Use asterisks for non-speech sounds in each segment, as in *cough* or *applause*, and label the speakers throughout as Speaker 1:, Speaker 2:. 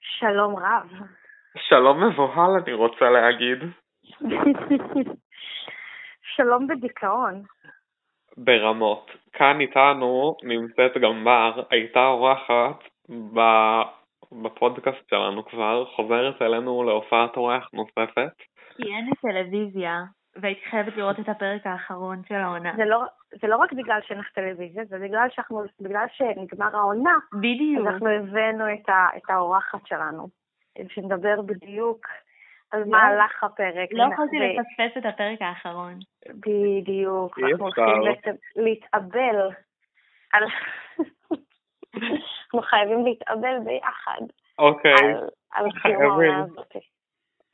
Speaker 1: שלום רב.
Speaker 2: שלום מבוהל, אני רוצה להגיד.
Speaker 1: שלום בדיכאון.
Speaker 2: ברמות. כאן איתנו נמצאת גם בר, הייתה אורחת ב... בפודקאסט שלנו כבר, חוזרת אלינו להופעת אורח נוספת.
Speaker 3: כי אין לי טלוויזיה, והייתי חייבת לראות את הפרק האחרון של העונה.
Speaker 1: זה לא, זה לא רק בגלל שאין לך טלוויזיה, זה בגלל, שאנחנו, בגלל שנגמר העונה, אז
Speaker 3: בדיוק.
Speaker 1: אנחנו הבאנו את, ה, את האורחת שלנו, שנדבר בדיוק על מהלך הפרק.
Speaker 3: לא יכולתי
Speaker 1: ו-
Speaker 3: לפספס את הפרק האחרון.
Speaker 1: בדיוק,
Speaker 2: אי
Speaker 1: אנחנו
Speaker 2: אפשר.
Speaker 1: הולכים לת- להתאבל. על- אנחנו חייבים להתאבל ביחד
Speaker 2: אוקיי,
Speaker 1: על- על אוקיי. קיום העונה
Speaker 2: חייבים.
Speaker 1: הזאת.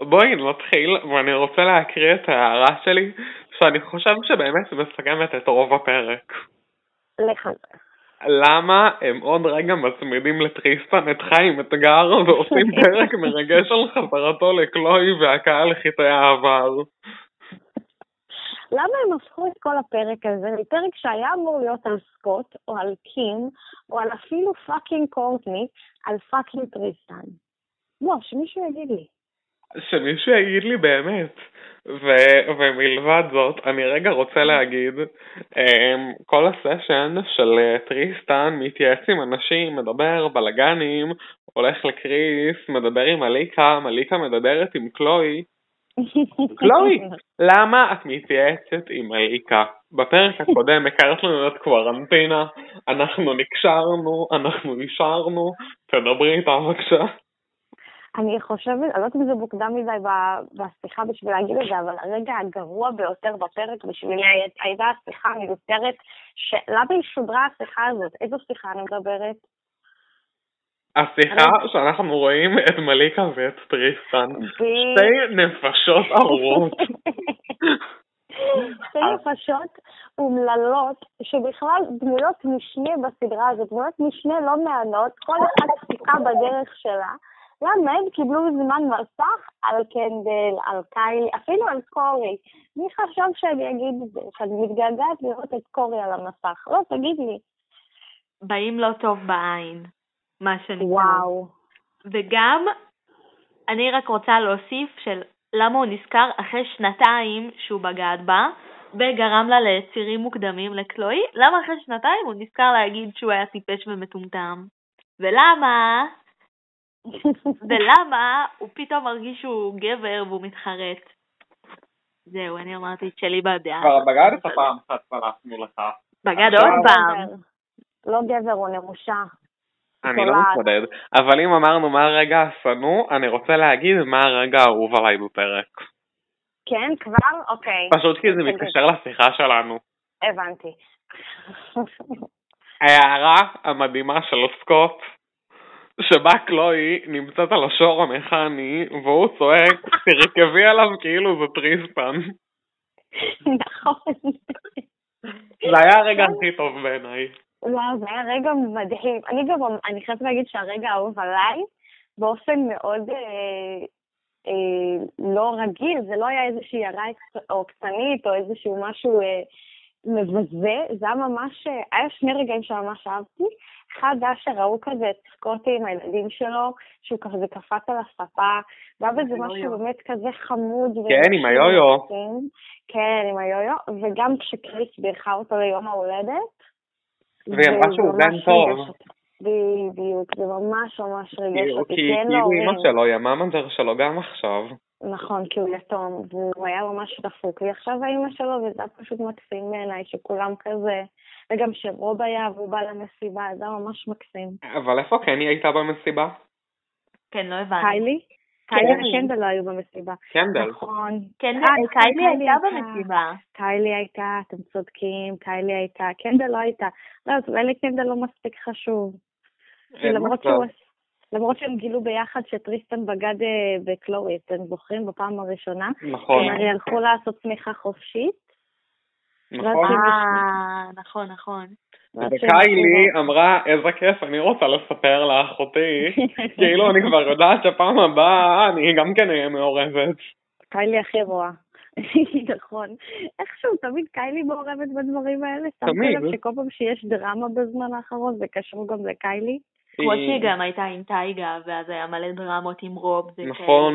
Speaker 2: בואי נתחיל, ואני רוצה להקריא את ההערה שלי, שאני חושב שבאמת מסכמת את רוב הפרק.
Speaker 1: לך.
Speaker 2: למה הם עוד רגע מצמידים לטריסטן את חיים אתגר ועושים פרק מרגש על חזרתו לקלוי והקהל חיטי העבר?
Speaker 1: למה הם הפכו את כל הפרק הזה מפרק שהיה אמור להיות על סקוט, או על קים, או על אפילו פאקינג קורטני, על פאקינג טריסטן? בוא, שמישהו יגיד לי.
Speaker 2: שמישהו יגיד לי באמת. ו- ומלבד זאת, אני רגע רוצה להגיד, אמ, כל הסשן של אה, טריסטן מתייעץ עם אנשים, מדבר, בלאגנים, הולך לקריס, מדבר עם מליקה, מליקה מדברת עם קלוי. קלוי, למה את מתייעצת עם מליקה? בפרק הקודם הכרת לנו את קוורנטינה, אנחנו נקשרנו, אנחנו נשארנו, תדברי איתה בבקשה.
Speaker 1: *laughs* אני חושבת, אני לא יודעת אם זה מוקדם מדי ב- בשיחה בשביל להגיד את זה, אבל הרגע הגרוע ביותר בפרק בשבילי הי- הייתה השיחה המיותרת, ש... למה היא שודרה השיחה הזאת? איזו שיחה אני מדברת?
Speaker 2: השיחה שאנחנו רואים את מליקה ואת טריסטן,
Speaker 1: ב-
Speaker 2: שתי נפשות
Speaker 1: *laughs*
Speaker 2: ארורות.
Speaker 1: שתי נפשות אומללות, שבכלל דמויות משנה בסדרה הזאת, דמויות משנה לא מענות, כל אחת פסיקה בדרך שלה. למה הם קיבלו זמן מסך על קנדל, על קיילי, אפילו על קורי? מי חשב שאני אגיד את זה, שאני מתגעגעת לראות את קורי על המסך? לא, תגיד לי.
Speaker 3: באים לא טוב בעין, מה שנקרא.
Speaker 1: וואו.
Speaker 3: וגם, אני רק רוצה להוסיף של למה הוא נזכר אחרי שנתיים שהוא בגד בה, וגרם לה לצירים מוקדמים לקלואי, למה אחרי שנתיים הוא נזכר להגיד שהוא היה טיפש ומטומטם? ולמה, ולמה הוא פתאום מרגיש שהוא גבר והוא מתחרט? זהו, אני אמרתי את שלי בדעה.
Speaker 2: *laughs* כבר בגדת פעם אחת פלפנו לך.
Speaker 3: בגד
Speaker 2: אה, עכשיו-
Speaker 3: עוד פעם.
Speaker 1: לא גבר, הוא נרושע.
Speaker 2: אני לא
Speaker 1: תולעת.
Speaker 2: מתמודד. אבל אם אמרנו מה הרגע השנוא, אני רוצה להגיד מה הרגע האהוב עליי בפרק.
Speaker 1: כן, כבר? אוקיי,
Speaker 2: פשוט כי זה מתקשר לשיחה שלנו.
Speaker 1: הבנתי.
Speaker 2: ההערה המדהימה של סקוט, שבה קלוי נמצאת על השור המכני, והוא צועק, תרכבי עליו כאילו זה טריסטן.
Speaker 1: *laughs* נכון.
Speaker 2: זה היה הרגע הכי טוב בעיניי.
Speaker 1: וואו, זה היה רגע מדהים. אני גם, אני חייבת להגיד שהרגע האהוב עליי, באופן מאוד אה, אה, לא רגיל, זה לא היה איזושהי הערה עוקצנית או איזשהו משהו אה, מבזה, זה היה ממש, אה, היה שני רגעים שממש אהבתי. אחד היה שראו כזה את סקוטי עם הילדים שלו, שהוא כזה קפץ על הספה, והיה בזה
Speaker 3: היו-יו.
Speaker 1: משהו באמת כזה חמוד.
Speaker 2: כן, עם היו-יו.
Speaker 1: כן, כן, עם היו-יו, וגם כשקריס בירכה אותו ליום ההולדת.
Speaker 2: והיא אמרה שהוא
Speaker 1: זה ממש
Speaker 2: בן טוב.
Speaker 1: ריגש אותי. בדיוק, זה ממש ממש ריגש
Speaker 2: כאילו,
Speaker 1: אותי,
Speaker 2: כי
Speaker 1: כי אין לו
Speaker 2: כאילו אמא
Speaker 1: הורים.
Speaker 2: שלו היא המאמנדר שלו גם עכשיו.
Speaker 1: נכון, כי הוא יתום, והוא היה ממש דפוק. ועכשיו האימא שלו, וזה היה פשוט מקסים בעיניי, שכולם כזה, וגם שרוב היה והוא בא למסיבה, זה היה ממש מקסים.
Speaker 2: אבל איפה כן היא הייתה במסיבה?
Speaker 3: כן, לא הבנתי.
Speaker 1: קיילי? קיילי
Speaker 3: כן.
Speaker 1: וקנדל לא היו במסיבה.
Speaker 2: קנדל.
Speaker 1: נכון.
Speaker 3: כן,
Speaker 1: אה,
Speaker 3: קיילי הייתה במסיבה.
Speaker 1: קיילי הייתה, אתם צודקים, קיילי הייתה, קנדל לא הייתה. לא, אז אולי לקנדל לא מספיק חשוב.
Speaker 2: אין
Speaker 1: למרות
Speaker 2: מצב.
Speaker 1: שהוא... למרות שהם גילו ביחד שטריסטן בגד אה, בקלורי, אתם זוכרים בפעם הראשונה?
Speaker 2: נכון.
Speaker 1: הם הרי הלכו לעשות צמיחה חופשית. כן,
Speaker 2: נכון.
Speaker 3: אה, נכון, נכון.
Speaker 2: וקיילי אמרה, איזה כיף, אני רוצה לספר לאחותי.
Speaker 1: *laughs*
Speaker 2: כאילו, אני כבר יודעת שפעם הבאה אני גם כן אהיה מעורבת.
Speaker 1: קיילי הכי רואה. *laughs* נכון. איכשהו, תמיד קיילי מעורבת בדברים האלה. שמת
Speaker 2: תמיד.
Speaker 1: לב שכל פעם שיש דרמה בזמן האחרון, זה קשור גם לקיילי.
Speaker 3: כמו שהיא גם הייתה עם טייגה, ואז היה מלא דרמות עם רוב. וכאלה.
Speaker 2: נכון,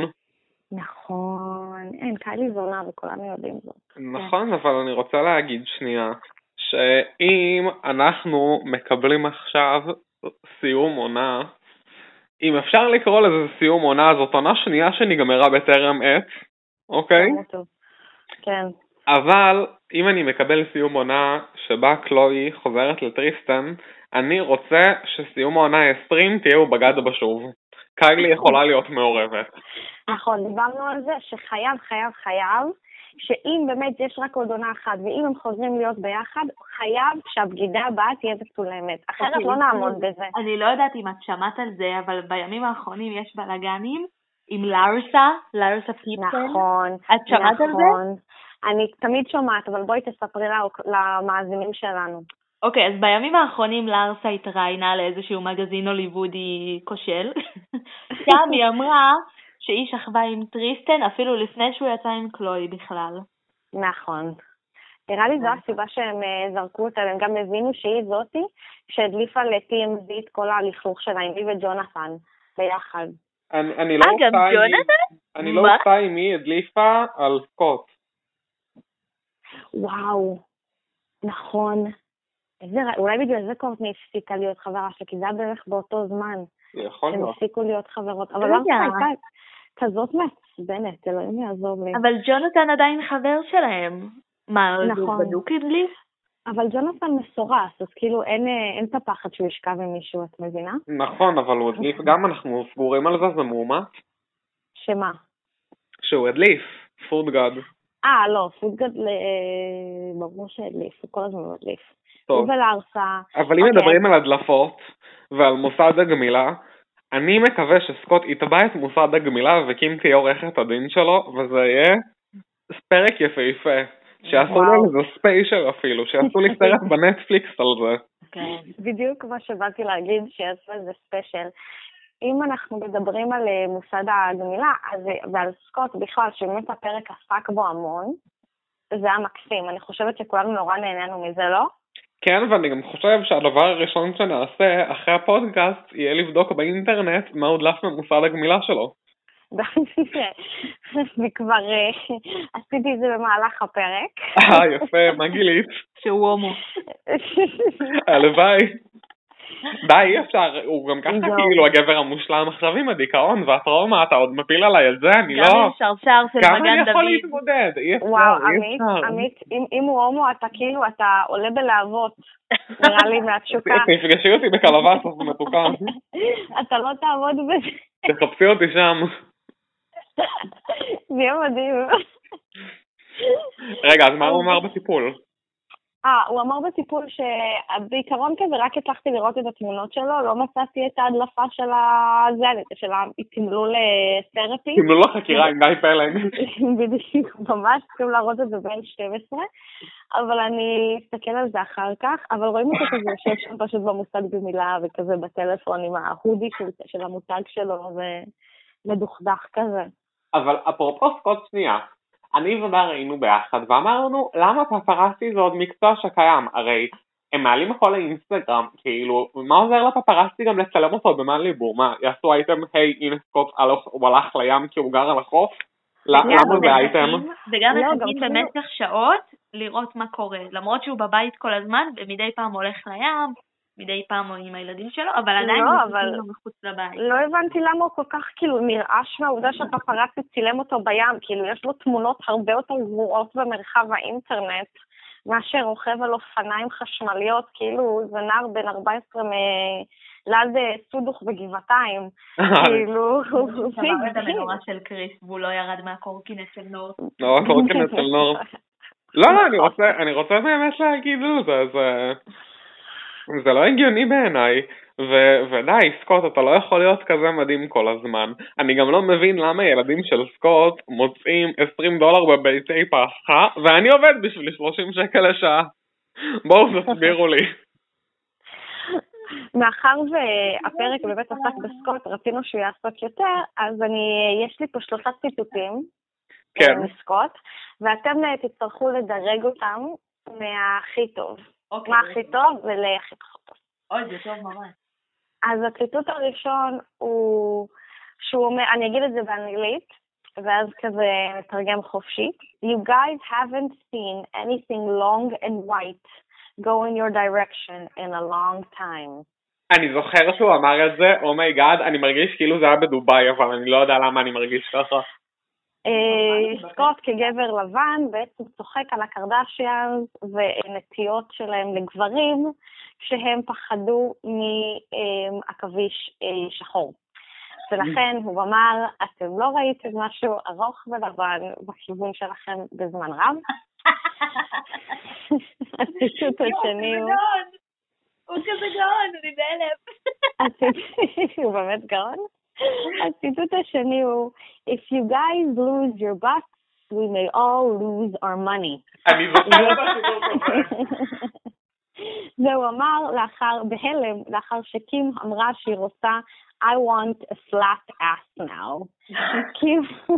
Speaker 1: נכון, אין, קיילי זונה וכולנו יודעים זאת.
Speaker 2: נכון, אבל אני רוצה להגיד שנייה, שאם אנחנו מקבלים עכשיו סיום עונה, אם אפשר לקרוא לזה סיום עונה, זאת עונה שנייה שנגמרה בטרם עת, אוקיי?
Speaker 1: לא טוב. כן,
Speaker 2: אבל אם אני מקבל סיום עונה שבה קלוי חוזרת לטריסטן, אני רוצה שסיום העונה ה-20 תהיה הוא בגדה בשוב. קיילי
Speaker 3: אוקיי.
Speaker 2: יכולה להיות מעורבת.
Speaker 1: נכון, דיברנו על זה שחייב, חייב, חייב, שאם באמת יש רק עוד עונה אחת, ואם הם חוזרים להיות ביחד, חייב שהבגידה הבאה תהיה מצולמת.
Speaker 3: אוקיי.
Speaker 1: אחרת לא נעמוד בזה.
Speaker 3: אני לא יודעת אם את שמעת על זה, אבל בימים האחרונים יש בלאגנים עם לארסה, לארסה פיפל.
Speaker 1: נכון,
Speaker 3: את שמעת על זה?
Speaker 1: נכון. אני תמיד שומעת, אבל בואי תספרי לה- למאזינים שלנו.
Speaker 3: אוקיי, אז בימים האחרונים לארסה התראיינה לאיזשהו מגזין הוליוודי
Speaker 2: *laughs*
Speaker 3: כושל. שם היא אמרה שהיא שכבה עם טריסטן אפילו לפני שהוא יצא עם קלוי בכלל.
Speaker 1: נכון. נראה לי זו הסיבה שהם אה, זרקו אותה, הם גם הבינו שהיא זאתי שהדליפה ל-TMZ את כל הלכלוך שלה עם היא וג'ונתן ביחד.
Speaker 2: אני, אני לא
Speaker 3: אגב,
Speaker 2: אופתע אם-
Speaker 3: ג'ונתן?
Speaker 2: אני לא
Speaker 3: מה?
Speaker 2: אופתע אם היא הדליפה על סקוט.
Speaker 1: וואו, נכון. איזה, רע- אולי בגלל זה קורטני הפסיקה להיות חברה שלה, כי זה היה בערך באותו זמן.
Speaker 2: זה
Speaker 3: כן.
Speaker 2: יכול
Speaker 1: הם
Speaker 2: להיות.
Speaker 1: הפסיקו להיות חברות.
Speaker 3: לא
Speaker 1: אבל למה
Speaker 3: יודעת.
Speaker 1: הייתה כזאת מעצבנת, אלוהים יעזור לי.
Speaker 3: אבל ג'ונתן עדיין חבר שלהם. מה, אז הוא
Speaker 1: נכון.
Speaker 3: בדוק עם לי?
Speaker 1: אבל ג'ונתן מסורס, אז כאילו אין אה, אין את הפחד שהוא ישכב עם מישהו, את מבינה?
Speaker 2: נכון, אבל הוא הדליף גם, אנחנו סגורים על זה, זה מאומת,
Speaker 1: שמה?
Speaker 2: שהוא הדליף, פוד גאד.
Speaker 1: אה, לא, פודגאד, אה, ברור שהדליף, הוא כל הזמן מדליף. הוא
Speaker 2: טוב,
Speaker 1: ולארסה.
Speaker 2: אבל אם
Speaker 1: אוקיי.
Speaker 2: מדברים על הדלפות ועל מוסד הגמילה, אני מקווה שסקוט יתבע את מוסד הגמילה וקים תהיה עורכת הדין שלו, וזה יהיה פרק יפהפה. שיעשו לי
Speaker 1: וואו.
Speaker 2: על זה ספיישל אפילו, שיעשו לי סרט
Speaker 1: *laughs*
Speaker 2: בנטפליקס על זה.
Speaker 3: כן.
Speaker 1: בדיוק מה שבאתי להגיד, שיעשו איזה ספיישל. אם אנחנו מדברים על אה, מוסד הגמילה, אז, אה, ועל סקוט בכלל, שבאמת הפרק עסק בו המון, זה היה מקסים. אני חושבת שכולנו נורא נהנינו מזה, לא? *laughs*
Speaker 2: כן, ואני גם חושב שהדבר הראשון שנעשה אחרי הפודקאסט יהיה לבדוק באינטרנט מה הודלף ממוסד הגמילה שלו.
Speaker 1: אני כבר אה, עשיתי את זה במהלך הפרק.
Speaker 2: אה, יפה, מה גילית?
Speaker 3: שהוא הומו.
Speaker 2: הלוואי. די, אי אפשר, הוא גם ככה
Speaker 1: זהו.
Speaker 2: כאילו הגבר המושלם עכשיו עם הדיכאון והטראומה, אתה עוד מפיל עליי את זה, אני
Speaker 3: גם
Speaker 2: לא...
Speaker 3: עם שרשר של
Speaker 2: כמה
Speaker 3: מגן
Speaker 2: אני יכול
Speaker 3: דוד.
Speaker 2: להתמודד? אי אפשר,
Speaker 1: *laughs* וואו,
Speaker 2: לא, אי
Speaker 1: עמית,
Speaker 2: אפשר.
Speaker 1: עמית, אם- אם הוא הומו, אתה כאילו, אתה עולה בלהבות, נראה לי,
Speaker 2: *laughs*
Speaker 1: מהתשוקה.
Speaker 2: תפגשי אותי בקלבסוף מתוקה,
Speaker 1: *laughs* אתה לא תעמוד בזה.
Speaker 2: תחפשי אותי שם.
Speaker 1: זה יהיה מדהים.
Speaker 2: רגע, אז מה הוא
Speaker 3: אוקיי.
Speaker 2: אמר בטיפול?
Speaker 1: אה, הוא אמר בטיפול שבעיקרון כזה רק הצלחתי לראות את התמונות שלו, לא מצאתי את ההדלפה של ה... זה, של התמלול אה, תרפי.
Speaker 2: תמלאו לחקירה עם גיא פלג.
Speaker 1: בדיוק, ממש צריכים להראות את זה בין 12, אבל אני אסתכל על זה אחר כך, אבל רואים אותו כזה יושב שם פשוט במושג במילה וכזה בטלפון עם ההודי של, של המותג שלו ומדוכדך כזה.
Speaker 2: אבל אפרופו סקוט שנייה, אני ובר היינו ביחד ואמרנו למה פפרסי זה עוד מקצוע שקיים, הרי הם מעלים הכל לאינסטגרם, כאילו מה עוזר לפפרסי גם לצלם אותו במליבור, מה יעשו אייטם היי הנה סקוט הלך- הוא הלך לים כי הוא גר על החוף? ל- למה
Speaker 1: אבל
Speaker 2: זה אייטם?
Speaker 3: וגם
Speaker 1: לא, גם
Speaker 3: מחכים
Speaker 1: כאילו-
Speaker 3: במשך שעות לראות מה קורה. למרות שהוא בבית כל הזמן, ומדי פעם הולך לים, מדי פעם הוא עם הילדים שלו, אבל עדיין
Speaker 1: לא,
Speaker 3: מחכים
Speaker 1: אבל-
Speaker 3: לו מחוץ לבית.
Speaker 1: לא הבנתי למה הוא כל כך כאילו נרעש מהעובדה שהפפרצי צילם אותו בים, כאילו יש לו תמונות הרבה יותר גרועות במרחב האינטרנט. מאשר רוכב על אופניים חשמליות, כאילו זה נער בן 14 מליד אה, סודוך בגבעתיים.
Speaker 2: אה, *laughs*
Speaker 1: כאילו,
Speaker 3: הוא שבר את המנורה של קריס והוא לא ירד מהקורקינט של נור.
Speaker 2: נורא קורקינט של נור. לא, לא, אני רוצה, אני רוצה באמת להגיד על זה, זה, זה לא הגיוני בעיניי. ו- ודי, סקוט, אתה לא יכול להיות כזה מדהים כל הזמן. אני גם לא מבין למה ילדים של סקוט מוצאים 20 דולר בביתי פסחה, ואני עובד בשביל 30 שקל לשעה. בואו תסבירו לי.
Speaker 1: מאחר והפרק באמת עסק בסקוט, רצינו שהוא יעסוק יותר, אז אני, יש לי פה שלושה ציטוטים
Speaker 2: כן.
Speaker 1: אה, מסקוט, ואתם אה, תצטרכו לדרג אותם מהכי טוב.
Speaker 3: אוקיי,
Speaker 1: מה הכי טוב ולהכי פחות טוב.
Speaker 3: אוי, זה טוב ממש.
Speaker 1: אז הציטוט הראשון הוא שהוא אומר, אני אגיד את זה באנגלית, ואז כזה מתרגם חופשי. You guys haven't seen anything long and white go in your direction in a long time.
Speaker 2: אני זוכר שהוא אמר את זה, אומייגאד, אני מרגיש כאילו זה היה בדובאי, אבל אני לא יודע למה אני מרגיש ככה.
Speaker 1: אה, סקוט כגבר לבן בעצם צוחק על הקרדשיאנס ונטיות שלהם לגברים כשהם פחדו מעכביש שחור. ולכן הוא אמר, אתם לא ראיתם משהו ארוך ולבן בכיוון שלכם בזמן רב. הציטוט השני הוא...
Speaker 3: הוא כזה גאון, אני בהלם.
Speaker 1: הציטוט- הוא באמת גאון. הציטוט השני הוא, If you guys lose your bus, we may all lose our money.
Speaker 2: אני זוכר לא את הסיפור הזה.
Speaker 1: *laughs* זה הוא אמר לאחר, בהלם, לאחר שקים אמרה שהיא רוצה I want a flat ass now. כאילו, *laughs*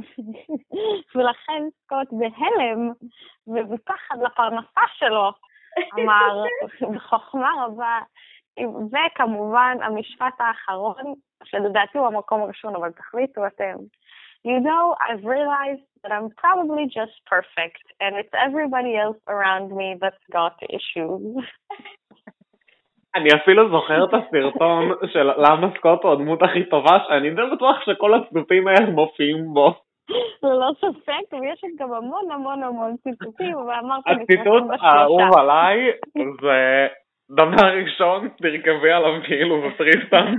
Speaker 1: ולכן סקוט בהלם ובפחד לפרנסה שלו
Speaker 3: *laughs*
Speaker 1: אמר *laughs* בחוכמה רבה, וכמובן המשפט האחרון, שלדעתי הוא המקום הראשון, אבל תחליטו אתם. You know, I've realized that I'm probably just perfect, and it's everybody else around me that's got issues. *laughs*
Speaker 2: אני אפילו זוכר את הסרטון של למה סקוט הוא הדמות הכי טובה, שאני די בטוח שכל הצדופים האלה מופיעים בו.
Speaker 1: ללא לא ספק, ויש לי גם המון המון המון ציטוטים, ואמרתי
Speaker 2: הציטוט
Speaker 1: *laughs*
Speaker 2: האהוב עליי זה דבר ראשון, תרכבי עליו כאילו בפריסטן.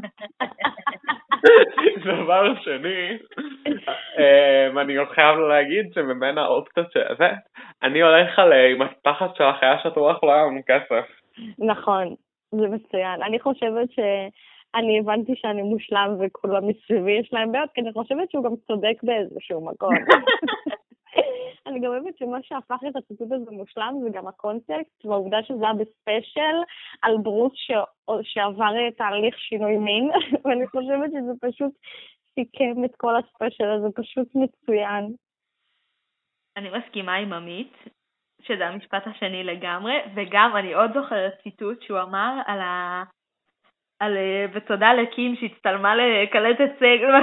Speaker 2: דבר שני, אמ, אני גם חייב להגיד שמבין האופציות שהבאת, אני הולך על אה, עם התחת שלך היה שטוח לא היה לנו כסף.
Speaker 1: נכון, זה מצוין. אני חושבת ש... אני הבנתי שאני מושלם וכולם מסביבי יש להם בעיות, כי אני חושבת שהוא גם צודק באיזשהו מקום.
Speaker 3: *laughs*
Speaker 1: אני גם אוהבת שמה שהפך את הציטוט הזה מושלם זה גם הקונטקסט, והעובדה שזה היה בספיישל על ברוס ש... שעבר תהליך שינוי מין, *laughs* ואני חושבת שזה פשוט סיכם את כל הספיישל הזה, פשוט מצוין.
Speaker 3: אני מסכימה עם עמית, שזה המשפט השני לגמרי, וגם אני עוד זוכרת ציטוט שהוא אמר על ה... על אה, ותודה לקים שהצטלמה לקלטת סגל,
Speaker 1: *laughs*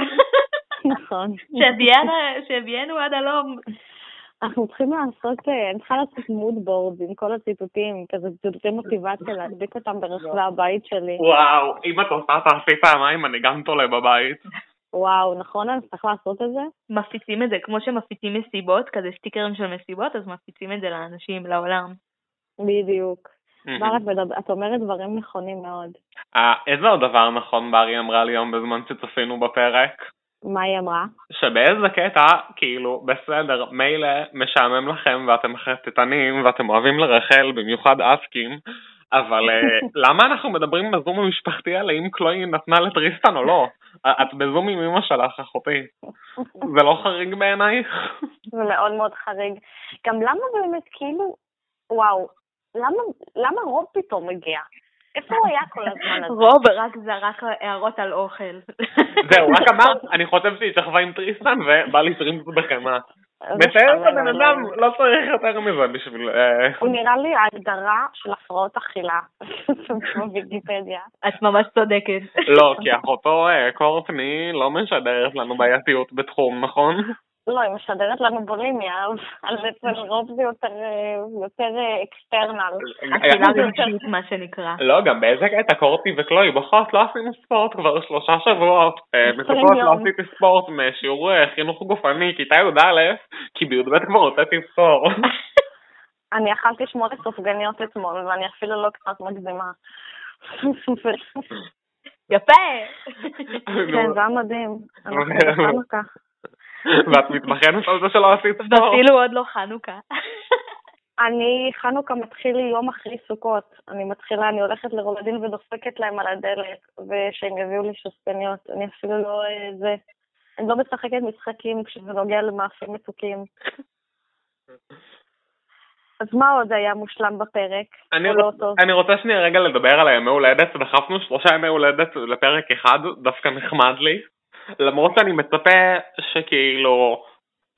Speaker 1: נכון.
Speaker 3: שהביאנה- שהביאנו עד הלום.
Speaker 1: אנחנו צריכים לעשות, אה, אני צריכה לעשות מוד בורד עם כל הציטוטים, כזה ציטוטי מוטיבציה, להדביק אותם ברחבי
Speaker 2: לא.
Speaker 1: הבית שלי.
Speaker 2: וואו, אם את עושה תעשי פעמיים אני גם תולה בבית.
Speaker 1: וואו, נכון, אני צריך לעשות את זה?
Speaker 3: מפיצים את זה, כמו שמפיצים מסיבות, כזה סטיקרים של מסיבות, אז מפיצים את זה לאנשים, לעולם.
Speaker 1: בדיוק. בר, את מדבר- את אומרת דברים נכונים מאוד.
Speaker 2: אה, איזה עוד דבר נכון ברי אמרה לי היום בזמן שצפינו בפרק?
Speaker 1: מה היא אמרה?
Speaker 2: שבאיזה קטע, כאילו, בסדר, מילא משעמם לכם ואתם חטטנים ואתם אוהבים לרחל, במיוחד אסקים, אבל אה, למה אנחנו מדברים בזום המשפחתי על האם קלוי נתנה לטריסטן או לא? את בזום עם אמא שלך, אחותי. זה לא חריג בעינייך?
Speaker 1: *laughs* זה מאוד מאוד חריג. גם למה באמת, כאילו, וואו, למה, למה רוב פתאום הגיע? איפה הוא היה כל הזמן הזה?
Speaker 3: רוב רק זרק הערות על אוכל.
Speaker 2: זהו,
Speaker 3: *laughs*
Speaker 2: רק אמרת, אני חושב שהיא שכבה עם טריסטן ובא לי טרימפס בחמאה. מתאר את הבן אדם, לא צריך יותר מזה בשביל... אה,
Speaker 1: הוא נראה לי ההגדרה של הפרעות אכילה *laughs* בוויקיפדיה.
Speaker 3: את ממש צודקת.
Speaker 2: אמ- לא, כי אחותו אה, קורפני לא משדרת לנו בעייתיות בתחום, נכון?
Speaker 1: לא, היא משדרת לנו בולימיה, אבל אצל רוב זה יותר, אה, יותר אה, אקסטרנל.
Speaker 3: אכילה
Speaker 1: היה-
Speaker 3: רגשית, מה
Speaker 2: *laughs*
Speaker 3: שנקרא.
Speaker 2: לא, גם באיזה קטע קורטי וקלוי בוכות לא עשינו ספורט כבר שלושה שבועות. אה,
Speaker 1: עשרים
Speaker 2: בקופות לא
Speaker 1: יום.
Speaker 2: עשיתי ספורט משיעור אה, חינוך גופני, כיתה י"א, כי בי"ב כבר הוצאתי ספורט.
Speaker 1: אני אכלתי שמונה סופגניות אתמול, ואני אפילו לא קצת מגזימה. *laughs*
Speaker 3: יפה!
Speaker 1: *laughs*
Speaker 2: *laughs*
Speaker 1: כן, זה היה מדהים. אנחנו נתנו כך.
Speaker 2: ואת מתבחנת על זה שלא עשית
Speaker 3: *laughs*
Speaker 2: ספורט.
Speaker 3: ואפילו עוד לא חנוכה.
Speaker 1: אני, חנוכה מתחיל לי יום אחרי סוכות. אני מתחילה, אני הולכת לרולדין ודופקת להם על הדלת, ושהם יביאו לי שופגניות. אני אפילו לא... אה, זה... אני לא משחקת משחקים כשזה נוגע למאפים
Speaker 2: *laughs*
Speaker 1: מתוקים. אז מה עוד היה מושלם בפרק?
Speaker 2: אני
Speaker 1: או לא
Speaker 2: רוצ-
Speaker 1: טוב?
Speaker 2: אני רוצה שנייה רגע לדבר על הימי הולדת, דחפנו שלושה ימי הולדת לפרק אחד, דווקא נחמד לי. למרות שאני מצפה שכאילו,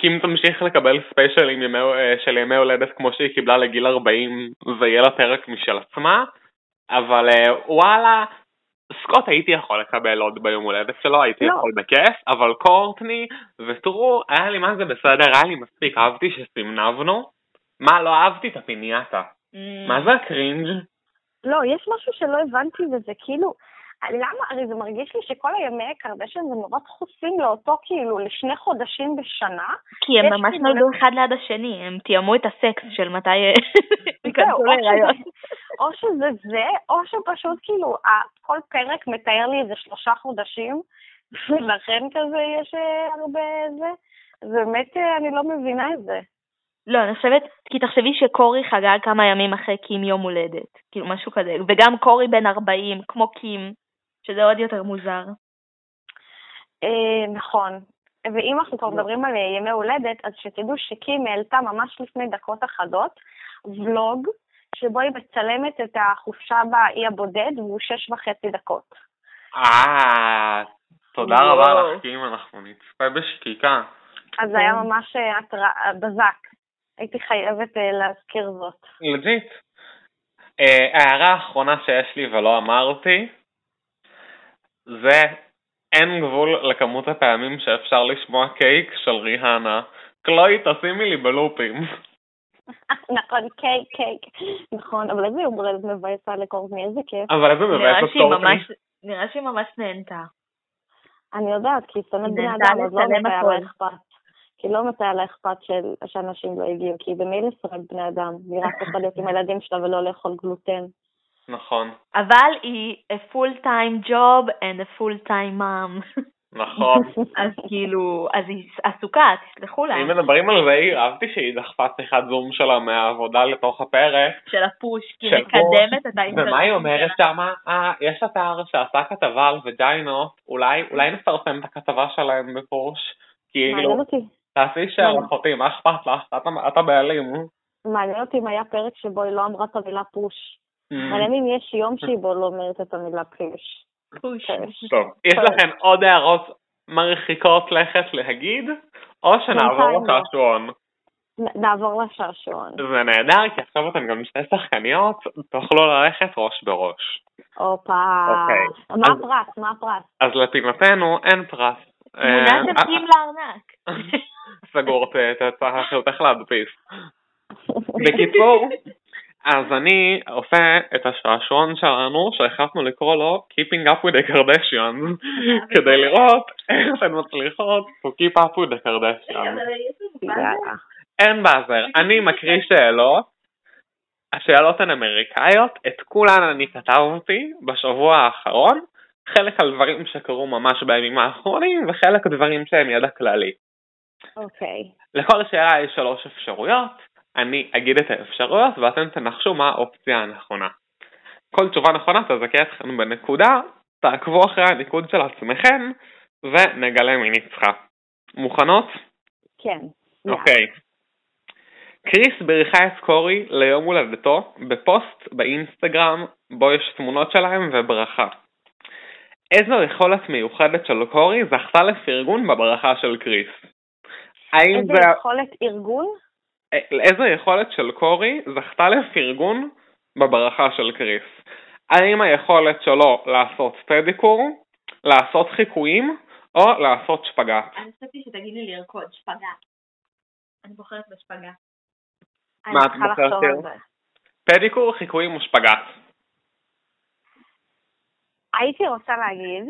Speaker 2: קים תמשיך לקבל ספיישלים ימי- אה, של ימי הולדת כמו שהיא קיבלה לגיל 40, ויהיה לה פרק משל עצמה, אבל אה, וואלה, סקוט הייתי יכול לקבל עוד ביום הולדת שלו, הייתי
Speaker 1: לא.
Speaker 2: יכול בכיף, אבל קורטני וטרו, היה לי מה זה בסדר, היה לי מספיק, אהבתי שסימנבנו. מה, לא אהבתי את הפינייתה. מה זה הקרינג'?
Speaker 1: לא, יש משהו שלא הבנתי וזה כאילו, למה, הרי זה מרגיש לי שכל הימי הקרדשן זה נורא דחוסים לאותו כאילו, לשני חודשים בשנה.
Speaker 3: כי הם
Speaker 1: יש
Speaker 3: ממש
Speaker 1: כאילו-
Speaker 3: נולדו אחד ליד השני, הם תיאמו את הסקס של מתי אה, הם
Speaker 1: זהו, אוקיי.
Speaker 3: ייכנסו
Speaker 1: או
Speaker 3: להיריון.
Speaker 1: שזה- או שזה זה, או שפשוט כאילו, ה- כל פרק מתאר לי איזה שלושה חודשים, *laughs* ולכן כזה יש אה, הרבה זה. אז באמת אה, אני לא מבינה את זה.
Speaker 3: *laughs* לא, אני חושבת, כי תחשבי שקורי חגג כמה ימים אחרי קים יום הולדת, כאילו משהו כזה, וגם קורי בן 40, כמו קים, שזה עוד יותר מוזר.
Speaker 1: אה, נכון. ואם אנחנו כבר מדברים על אה, ימי הולדת, אז שתדעו שקים העלתה ממש לפני דקות אחדות ולוג שבו היא מצלמת את החופשה באי הבודד, והוא שש וחצי דקות.
Speaker 2: אה, תודה
Speaker 3: וואו.
Speaker 2: רבה לך, כי אם אנחנו נצפה בשקיקה.
Speaker 1: אז זה היה ממש אה, התראה- בזק. הייתי חייבת אה, להזכיר זאת.
Speaker 2: לג'יט. אה, ההערה האחרונה שיש לי ולא אמרתי, זה אין גבול לכמות הפעמים שאפשר לשמוע קייק של ריהנה. קלוי, תשימי לי *laughs* בלופים.
Speaker 1: *laughs* נכון, קייק, קייק. נכון, אבל איזה יומרלת מבאסה לקורטני, איזה כיף.
Speaker 2: אבל איזה מבאס
Speaker 3: נראה שהיא
Speaker 2: הסטורטים.
Speaker 3: ממש- נראה שהיא ממש נהנתה.
Speaker 1: אני יודעת, כי היא שונאת בני
Speaker 3: נהנתה
Speaker 1: אדם, אז לא
Speaker 3: לצלם
Speaker 1: מתי היה
Speaker 3: הכל.
Speaker 1: לה אכפת. כי לא מתי היה לה אכפת של- שאנשים לא הגיעו, כי היא במילא שונאת בני אדם, *laughs* והיא רק רוצה להיות עם הילדים שלה ולא לאכול גלוטן.
Speaker 2: נכון,
Speaker 3: אבל היא a full time job and a full time mom. *laughs*
Speaker 2: נכון. *laughs*
Speaker 1: *laughs*
Speaker 3: אז כאילו, אז היא עסוקה, תסלחו לה,
Speaker 2: אם מדברים על זה, אהבתי שהיא דחפה שיחת זום שלה מהעבודה לתוך הפרק.
Speaker 3: של הפוש, כי
Speaker 2: של
Speaker 3: היא מקדמת את האינטרנט.
Speaker 2: ומה היא אומרת שמה? אה, יש אתר שעשה כתבה על וג'יינות, אולי, אולי נפרסם את הכתבה שלהם בפורש. כאילו,
Speaker 1: מעניין אותי,
Speaker 2: תעשי שאלה
Speaker 1: לא.
Speaker 2: אחותי, מה אכפת לך? את- את הבעלים.
Speaker 1: מעניין אותי אם היה פרק שבו היא לא אמרה את המילה פוש.
Speaker 2: Mm.
Speaker 1: מעניין אם יש יום שהיא בו לא אומרת את המילה פוש.
Speaker 3: פוש.
Speaker 2: טוב, יש לכם עוד הערות מרחיקות לכת להגיד, או שנעבור
Speaker 1: בינתיים לא.
Speaker 2: לשעשועון.
Speaker 1: נ- נעבור לשעשועון.
Speaker 2: זה נהדר, כי עכשיו אתם גם שתי שחקניות, תוכלו ללכת ראש בראש.
Speaker 1: הופה.
Speaker 2: אוקיי.
Speaker 1: מה
Speaker 2: אז-
Speaker 1: הפרס? מה הפרס?
Speaker 2: אז לפינתנו אין פרס.
Speaker 3: תמונה
Speaker 2: אה,
Speaker 3: של קים
Speaker 2: *laughs*
Speaker 3: לארנק.
Speaker 2: סגור את הצלחתך להדפיס. בקיצור, אז אני עושה את השעשועון שלנו שהחלטנו לקרוא לו Keeping up with the Kardashians כדי לראות איך הן מצליחות to keep up with the
Speaker 3: אה,
Speaker 2: Kardashians.
Speaker 1: *laughs* יאללה.
Speaker 2: אין באזר, אני מקריא שאלות, השאלות הן אמריקאיות, את כולן אני כתבתי בשבוע האחרון, חלק על דברים שקרו ממש בימים האחרונים וחלק דברים שהם ידע כללי.
Speaker 1: אוקיי.
Speaker 2: לכל שאלה יש שלוש אפשרויות, אני אגיד את האפשרויות ואתם תנחשו מה האופציה הנכונה. כל תשובה נכונה תזכה אתכם בנקודה, תעקבו אחרי הניקוד של עצמכם ונגלה מי ניצחה. מוכנות?
Speaker 1: כן.
Speaker 2: אוקיי. קריס בירכה את קורי ליום הולדתו בפוסט באינסטגרם בו יש תמונות שלהם וברכה. איזו יכולת מיוחדת של קורי זכתה לפרגון בברכה של קריס? האם
Speaker 1: איזה
Speaker 2: זה...
Speaker 1: יכולת ארגון?
Speaker 2: איזו יכולת של קורי זכתה לפרגון בברכה של קריס. האם היכולת שלו לעשות פדיקור, לעשות חיקויים, או לעשות שפגאט?
Speaker 3: אני חשבתי שתגידי לי לרקוד, שפגה. אני בוחרת בשפגה.
Speaker 1: אני
Speaker 2: מה את
Speaker 1: צריכה
Speaker 2: בוחרת,
Speaker 1: לחשוב על
Speaker 2: אור?
Speaker 1: זה.
Speaker 2: פדיקור, חיקויים ושפגאט.
Speaker 1: הייתי רוצה להגיד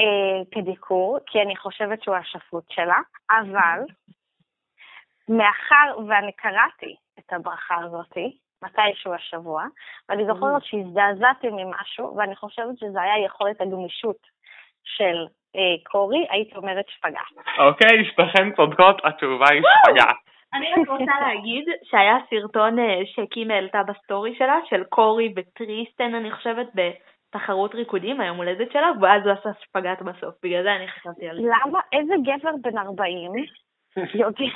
Speaker 1: אה, פדיקור, כי אני חושבת שהוא השפוט שלה, אבל מאחר ואני קראתי את הברכה הזאתי, מתישהו השבוע, ואני
Speaker 2: Mm.
Speaker 1: זוכרת שהזדעזעתי ממשהו, ואני חושבת שזה היה יכולת הגמישות של אה, קורי, הייתי אומרת שפגאט.
Speaker 2: אוקיי, שתיכן צודקות, התשובה היא שפגאט.
Speaker 3: אני רק *laughs* רוצה להגיד שהיה סרטון אה, שקים העלתה בסטורי שלה, של קורי וטריסטן, אני חושבת, בתחרות ריקודים, היום הולדת שלה, ואז הוא עשה שפגאט בסוף. בגלל זה אני חשבתי על
Speaker 1: *laughs*
Speaker 3: זה.
Speaker 1: למה, איזה גבר בן 40 יודע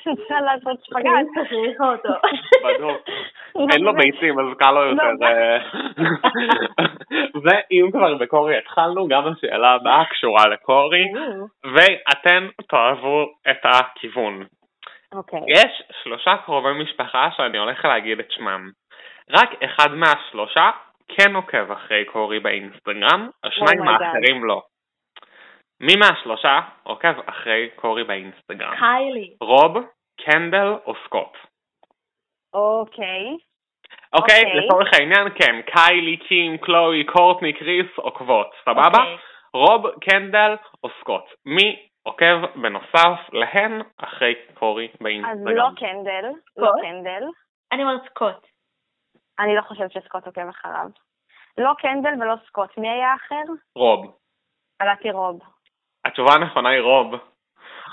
Speaker 1: שצריך לעשות שפגאט?
Speaker 3: הוא צריך אותו.
Speaker 2: *laughs* בדוק. אין לו ביצים, אז קל לו יותר.
Speaker 1: לא,
Speaker 2: אה. *laughs* ואם כבר בקורי התחלנו, גם השאלה הבאה קשורה לקורי, ואתן תאהבו את הכיוון.
Speaker 1: אוקיי.
Speaker 2: יש שלושה קרובי משפחה שאני הולך להגיד את שמם. רק אחד מהשלושה כן עוקב אחרי קורי באינסטגרם, השניים
Speaker 1: Oh my God.
Speaker 2: האחרים לא. מי מהשלושה עוקב אחרי קורי באינסטגרם?
Speaker 3: קיילי.
Speaker 2: רוב, קנדל או סקוט?
Speaker 1: אוקיי.
Speaker 2: אוקיי,
Speaker 1: אוקיי.
Speaker 2: לצורך העניין כן, קיילי, קים, קלואי, קורטני, קריס עוקבות, סבבה?
Speaker 3: אוקיי.
Speaker 2: רוב, קנדל או סקוט? מי עוקב בנוסף להן אחרי קורי
Speaker 1: אז
Speaker 2: באינסטגרם?
Speaker 1: לא קנדל, לא
Speaker 3: סקוט?
Speaker 1: קנדל.
Speaker 3: אני אומרת סקוט.
Speaker 1: אני לא חושבת שסקוט עוקב אחריו. לא קנדל ולא סקוט. מי היה אחר?
Speaker 2: רוב.
Speaker 1: עלתי רוב.
Speaker 2: התשובה הנכונה היא רוב.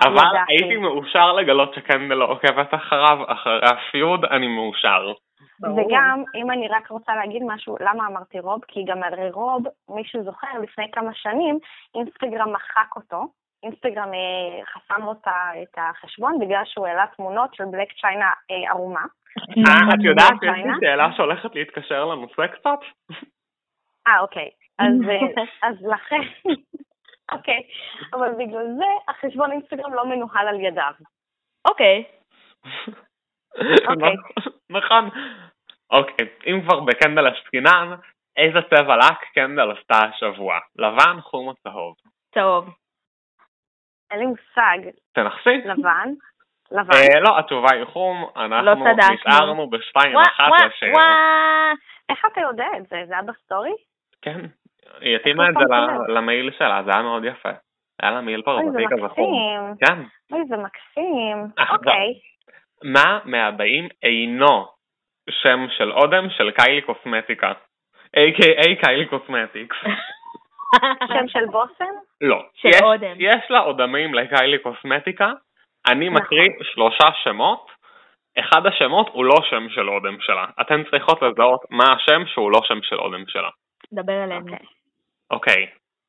Speaker 2: אבל
Speaker 1: ידעתי.
Speaker 2: הייתי מאושר לגלות שקנדל לא עוקבת אחריו, אחרי הפיוד אני מאושר.
Speaker 1: וגם, אם אני רק רוצה להגיד משהו, למה אמרתי רוב? כי גם הרי רוב, מי שזוכר, לפני כמה שנים, אינסטגרם מחק אותו. אינסטגרם אה, חסם לו את ה- את החשבון בגלל שהוא העלה תמונות של בלק צ'יינה אה, ערומה.
Speaker 3: כן,
Speaker 2: אה, את יודעת שיש
Speaker 1: אוקראינה?
Speaker 2: לי שאלה שהולכת להתקשר לנושא קצת?
Speaker 1: אה, אוקיי. אז, אה, אז לכן, *laughs* אוקיי. אבל בגלל זה, החשבון אינסטגרם לא מנוהל על ידיו.
Speaker 3: אוקיי.
Speaker 1: אוקיי.
Speaker 2: *laughs* נכון. אוקיי, אם כבר בקנדל עסקינן, איזה צבע לק קנדל עשתה השבוע? לבן, חום או צהוב?
Speaker 3: צהוב.
Speaker 1: אין לי מושג.
Speaker 2: תנחשי.
Speaker 1: לבן? לבן.
Speaker 2: אה, לא, התשובה היא חום, אנחנו
Speaker 3: לא צדקנו.
Speaker 2: נשארנו בשתיים
Speaker 3: וואה,
Speaker 2: אחת
Speaker 3: וואה,
Speaker 2: לשאלה.
Speaker 3: וואה.
Speaker 1: איך אתה יודע את זה? זה היה בסטורי?
Speaker 2: כן, היא התאימה את
Speaker 1: איך לא
Speaker 2: זה
Speaker 1: שמת
Speaker 2: ל- למעיל שלה, זה היה מאוד יפה. היה לה מעיל
Speaker 1: אוי, זה
Speaker 2: פרוותי כזה חום.
Speaker 1: מקסים.
Speaker 2: כן.
Speaker 1: אוי, זה מקסים.
Speaker 2: אה, לא.
Speaker 1: אוקיי.
Speaker 2: מה מהבאים אינו שם של אודם של קיילי קוסמטיקה? A.K.A קיילי קוסמטיקס.
Speaker 3: *laughs*
Speaker 1: שם של בושם?
Speaker 2: לא.
Speaker 3: של
Speaker 2: יש-
Speaker 3: אודם.
Speaker 2: יש לה אודמים לקיילי קוסמטיקה. אני
Speaker 1: נכון.
Speaker 2: מקריא שלושה שמות. אחד השמות הוא לא שם של אודם שלה. אתן צריכות לזהות מה השם שהוא לא שם של אודם שלה.
Speaker 3: דבר אלינו.
Speaker 1: אוקיי.
Speaker 2: אוקיי.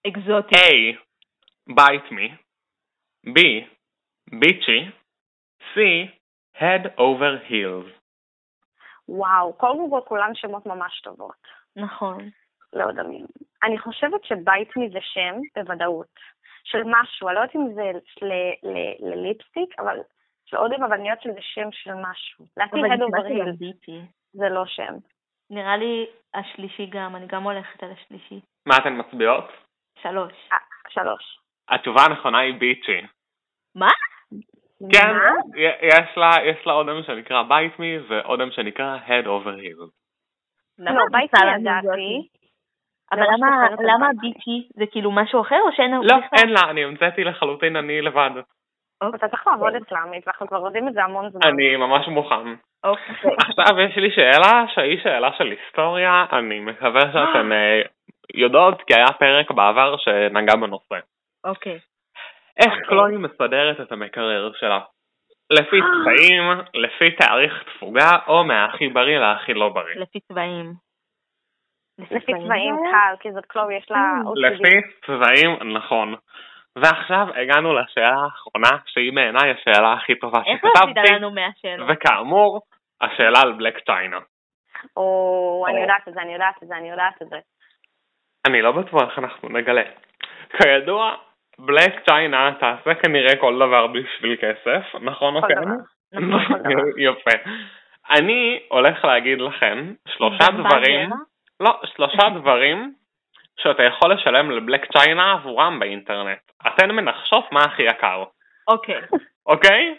Speaker 3: אקזוטי.
Speaker 2: A. Bite me. B. Bitchy. C. Head over heels.
Speaker 1: וואו, קודם כל כולן שמות ממש טובות.
Speaker 3: נכון.
Speaker 1: לא דמים. אני חושבת שבית מי זה שם, בוודאות, של משהו, אני לא יודעת אם זה ל- ל- לליפסטיק, אבל של אודם, אבל אני יודעת שזה שם של משהו. לדעתי
Speaker 3: אבל
Speaker 1: הד
Speaker 3: נשמע
Speaker 1: אוברהיל
Speaker 3: שילדיתי.
Speaker 1: זה לא שם.
Speaker 3: נראה לי השלישי גם, אני גם הולכת על השלישי.
Speaker 2: מה אתן מצביעות?
Speaker 3: שלוש.
Speaker 1: אה, שלוש.
Speaker 2: התשובה הנכונה היא ביצ'י.
Speaker 3: מה?
Speaker 2: כן,
Speaker 1: מה?
Speaker 2: י- יש לה, יש לה אודם שנקרא Bite me ואודם שנקרא Head over heels.
Speaker 1: לא,
Speaker 3: למה את
Speaker 1: בית
Speaker 3: עושה
Speaker 1: מי
Speaker 3: לנו
Speaker 1: ידעתי.
Speaker 3: זאתי? אבל
Speaker 1: לא
Speaker 3: למה,
Speaker 1: זוכרת על
Speaker 3: למה
Speaker 1: בית מי.
Speaker 3: ביצ'י זה כאילו משהו אחר או שאין...
Speaker 2: לא,
Speaker 3: בכלל?
Speaker 2: אין לה, אני המצאתי לחלוטין אני לבד.
Speaker 1: אתה צריך לעבוד
Speaker 3: כן.
Speaker 1: אצלם, ואנחנו כבר יודעים את זה המון זמן.
Speaker 2: אני ממש מוכן.
Speaker 3: אוקיי.
Speaker 2: עכשיו יש לי שאלה שהיא שאלה של היסטוריה, אני מקווה שאתן אה, יודעות כי היה פרק בעבר שנגע בנושא.
Speaker 3: אוקיי.
Speaker 2: איך
Speaker 1: אוקיי.
Speaker 2: קלוני מסדרת את המקרר שלה? לפי
Speaker 1: אה.
Speaker 2: צבעים, לפי תאריך תפוגה, או מהכי בריא להכי לא בריא.
Speaker 3: לפי צבעים. אה,
Speaker 1: לפי צבעים
Speaker 3: זה היה?
Speaker 1: קל, כי זאת קלוב, יש לה
Speaker 3: Mm.
Speaker 1: OCD.
Speaker 2: לפי צבעים, נכון. ועכשיו הגענו לשאלה האחרונה, שהיא בעיניי השאלה הכי טובה
Speaker 3: איך לא עשית
Speaker 2: שכתבתי,
Speaker 3: לנו מהשאלות?
Speaker 2: וכאמור, השאלה על בלק צ'יינה.
Speaker 1: או אני
Speaker 2: או.
Speaker 1: יודעת את זה, אני יודעת את זה, אני יודעת את זה.
Speaker 2: אני לא בטוח איך אנחנו נגלה. כידוע, בלק צ'יינה תעשה כנראה כל דבר בשביל כסף, נכון
Speaker 1: כל
Speaker 2: אוקיי?
Speaker 1: דבר.
Speaker 3: נכון,
Speaker 1: כל דבר.
Speaker 2: *laughs* יפה. אני הולך להגיד לכם שלושה
Speaker 3: בן
Speaker 2: דברים,
Speaker 3: בן,
Speaker 2: לא, שלושה דברים שאתה יכול לשלם לבלק צ'יינה עבורם באינטרנט. אתן מנחשות מה הכי יקר,
Speaker 3: אוקיי.
Speaker 2: אוקיי?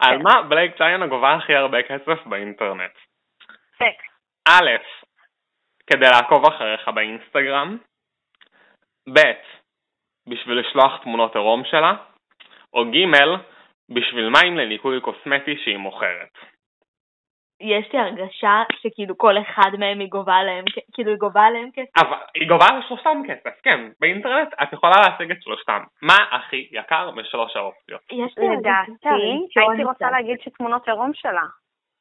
Speaker 2: על מה בלק צ'יינה גובה הכי הרבה כסף באינטרנט?
Speaker 1: סקס.
Speaker 2: א', כדי לעקוב אחריך באינסטגרם, ב', בשביל לשלוח תמונות עירום שלה, או ג', בשביל מים לניקוי קוסמטי שהיא מוכרת.
Speaker 3: יש לי הרגשה שכאילו כל אחד מהם היא גובה עליהם, כ- כאילו היא גובה עליהם כסף.
Speaker 2: אבל היא גובה על שלושתם כסף, כן, באינטרנט את יכולה להשיג את שלושתם. מה הכי יקר משלוש האופציות?
Speaker 3: יש לי הרגשה
Speaker 1: לדעתי,
Speaker 3: שהראשון
Speaker 1: הייתי רוצה
Speaker 3: קצת.
Speaker 1: להגיד שתמונות עירום שלה.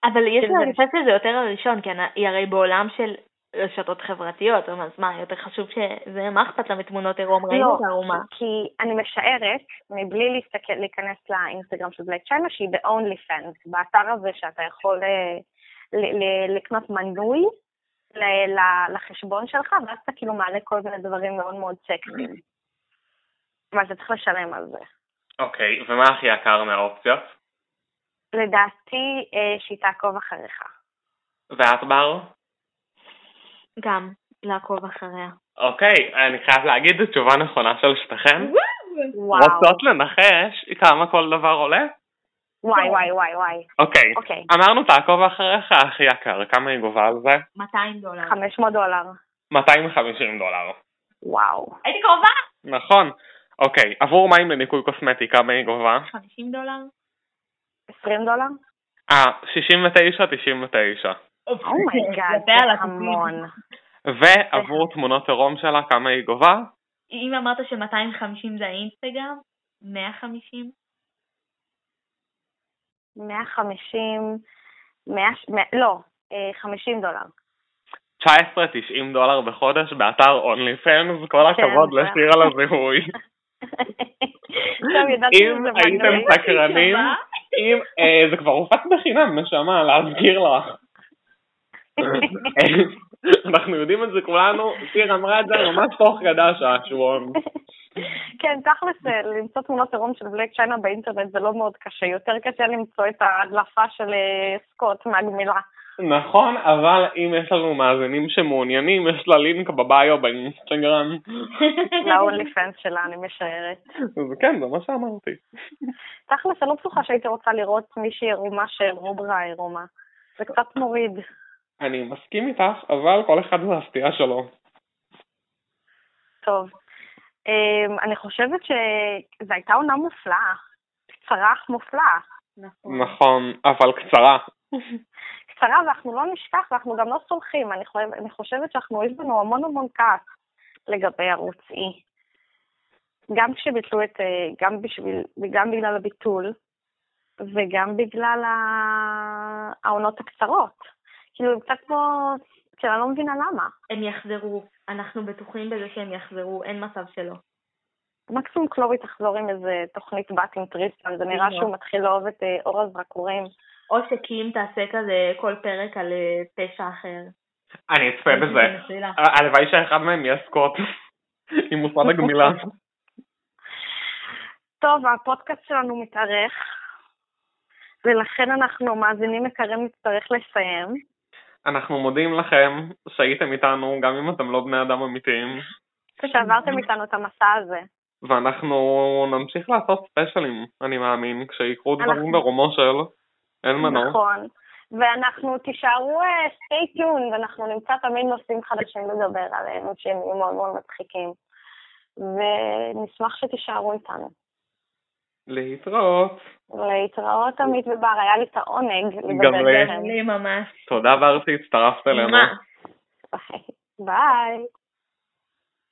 Speaker 3: אבל יש לי
Speaker 1: שזה-
Speaker 3: הרגשה שזה יותר הראשון, כי אני- היא הרי בעולם של רשתות חברתיות, אז מה, יותר חשוב שזה, מה אכפת לה מתמונות עירום? ראינו
Speaker 1: לא,
Speaker 3: את הערומה.
Speaker 1: כי אני משערת, מבלי להסתכל, להיכנס לאינסטגרם של בלייק צ'יינה, שהיא ב-only fans, באתר הזה שאתה יכול אה, ל- ל- לקנות מנוי ל- ל- לחשבון שלך, ואז אתה כאילו מעלה כל מיני דברים מאוד מאוד
Speaker 3: Mm.
Speaker 1: סקסיים. אבל אתה צריך לשלם על זה.
Speaker 2: אוקיי, ומה הכי יקר מהאופציות?
Speaker 1: לדעתי, אה, שהיא תעקוב אחריך.
Speaker 2: ואת בר?
Speaker 3: גם, לעקוב אחריה.
Speaker 2: אוקיי, אני חייב להגיד את תשובה נכונה של שתיכן.
Speaker 1: וואו.
Speaker 2: רוצות לנחש כמה כל דבר עולה?
Speaker 1: וואי, וואי, וואי, וואי.
Speaker 2: אוקיי.
Speaker 3: כן.
Speaker 1: אוקיי,
Speaker 2: אמרנו תעקוב אחריך הכי יקר, כמה היא גובה על זה?
Speaker 3: 200 דולר.
Speaker 1: 500 דולר.
Speaker 2: 250 דולר.
Speaker 1: וואו.
Speaker 3: הייתי קרובה!
Speaker 2: נכון. אוקיי, עבור מים לניקוי קוסמטי כמה היא גובה?
Speaker 3: 50 דולר.
Speaker 1: 20 דולר?
Speaker 2: אה, 69, 99.
Speaker 3: Oh *laughs*
Speaker 1: אומייגאד,
Speaker 3: כלפי על
Speaker 1: Oh זה
Speaker 3: הטיפים.
Speaker 1: המון.
Speaker 2: ועבור
Speaker 1: כן.
Speaker 2: תמונות עירום שלה כמה היא גובה?
Speaker 3: אם אמרת ש-250 זה האינסטגרם, 150?
Speaker 1: 150, 100, לא, אה, 50 דולר.
Speaker 2: 19.90 דולר בחודש באתר אונלי פנס, כל הכבוד
Speaker 1: כן, זה-
Speaker 2: לשיר על הזיהוי.
Speaker 1: טוב, ידעתי
Speaker 2: אם
Speaker 1: שזה
Speaker 2: הייתם
Speaker 1: מגניב.
Speaker 2: סק- סקרנים? אם, אה, זה כבר הופץ בחינם, נשמה, להזכיר לך. אנחנו יודעים את זה כולנו, שיר אמרה את זה ממש תוך כדי השעשועון.
Speaker 1: *laughs* כן, תכלס, אה, למצוא תמונות עירום של בלק צ'יינה באינטרנט זה לא מאוד קשה. יותר קשה למצוא את ההדלפה של אה, סקוט מהגמילה.
Speaker 2: נכון, אבל אם יש לנו מאזינים שמעוניינים, יש לה לינק בביו באינסטגרם.
Speaker 1: ל-only fans שלה, אני משערת.
Speaker 2: אז כן, זה מה שאמרתי.
Speaker 1: תכלס, אני לא בטוחה שהייתי רוצה לראות מישהי עירומה שרוברה עירומה. זה קצת מוריד.
Speaker 2: אני מסכים איתך, אבל כל אחד והסטייה שלו.
Speaker 1: טוב. אמ, אני חושבת שזו הייתה עונה מופלאה. קצרה אך מופלאה.
Speaker 2: נכון, אבל קצרה.
Speaker 1: קצרה, ואנחנו לא נשכח, ואנחנו גם לא סולחים. אני חושב- אני חושבת שאנחנו, יש בנו המון המון כעס לגבי ערוץ E. גם כשביטלו את, אה, גם בשביל, גם בגלל הביטול, וגם בגלל ה- העונות הקצרות. כאילו, הם קצת כמו, כאילו, אני לא מבינה למה.
Speaker 3: הם יחזרו. אנחנו בטוחים בזה שהם יחזרו, אין מצב שלא.
Speaker 1: מקסימום קלורי תחזור עם איזה תוכנית בת עם טריסטן, זה נראה
Speaker 3: בדיוק.
Speaker 1: שהוא מתחיל לאהוב את אה, אור הזרקורים.
Speaker 3: או שקים תעשה כזה כל פרק על אה, פשע אחר.
Speaker 2: אני אצפה בזה. אה,
Speaker 3: מפעילה.
Speaker 2: הלוואי שאחד מהם יהיה סקוט. *laughs* עם
Speaker 1: *laughs*
Speaker 2: מוסד הגמילה.
Speaker 1: טוב, הפודקאסט שלנו מתארך, ולכן אנחנו, מאזינים יקרים, נצטרך לסיים.
Speaker 2: אנחנו מודים לכם שהייתם איתנו, גם אם אתם לא בני אדם אמיתיים,
Speaker 1: שעברתם איתנו את המסע הזה.
Speaker 2: ואנחנו נמשיך לעשות ספיישלים, אני מאמין, כשיקרו
Speaker 1: אנחנו-
Speaker 2: דברים ברומו של, אין מנוס.
Speaker 1: נכון. ואנחנו, תישארו סטי טיון, ואנחנו נמצא תמיד נושאים חדשים לדבר עליהם, שהם יהיו מאוד מאוד מצחיקים. ונשמח שתישארו איתנו.
Speaker 2: להתראות.
Speaker 1: להתראות, עמית ובר, היה לי את העונג
Speaker 2: גם לי.
Speaker 1: לדבר איתכם.
Speaker 3: לי ממש.
Speaker 2: תודה בר שהצטרפת אלינו.
Speaker 3: מה?
Speaker 1: ביי. ביי.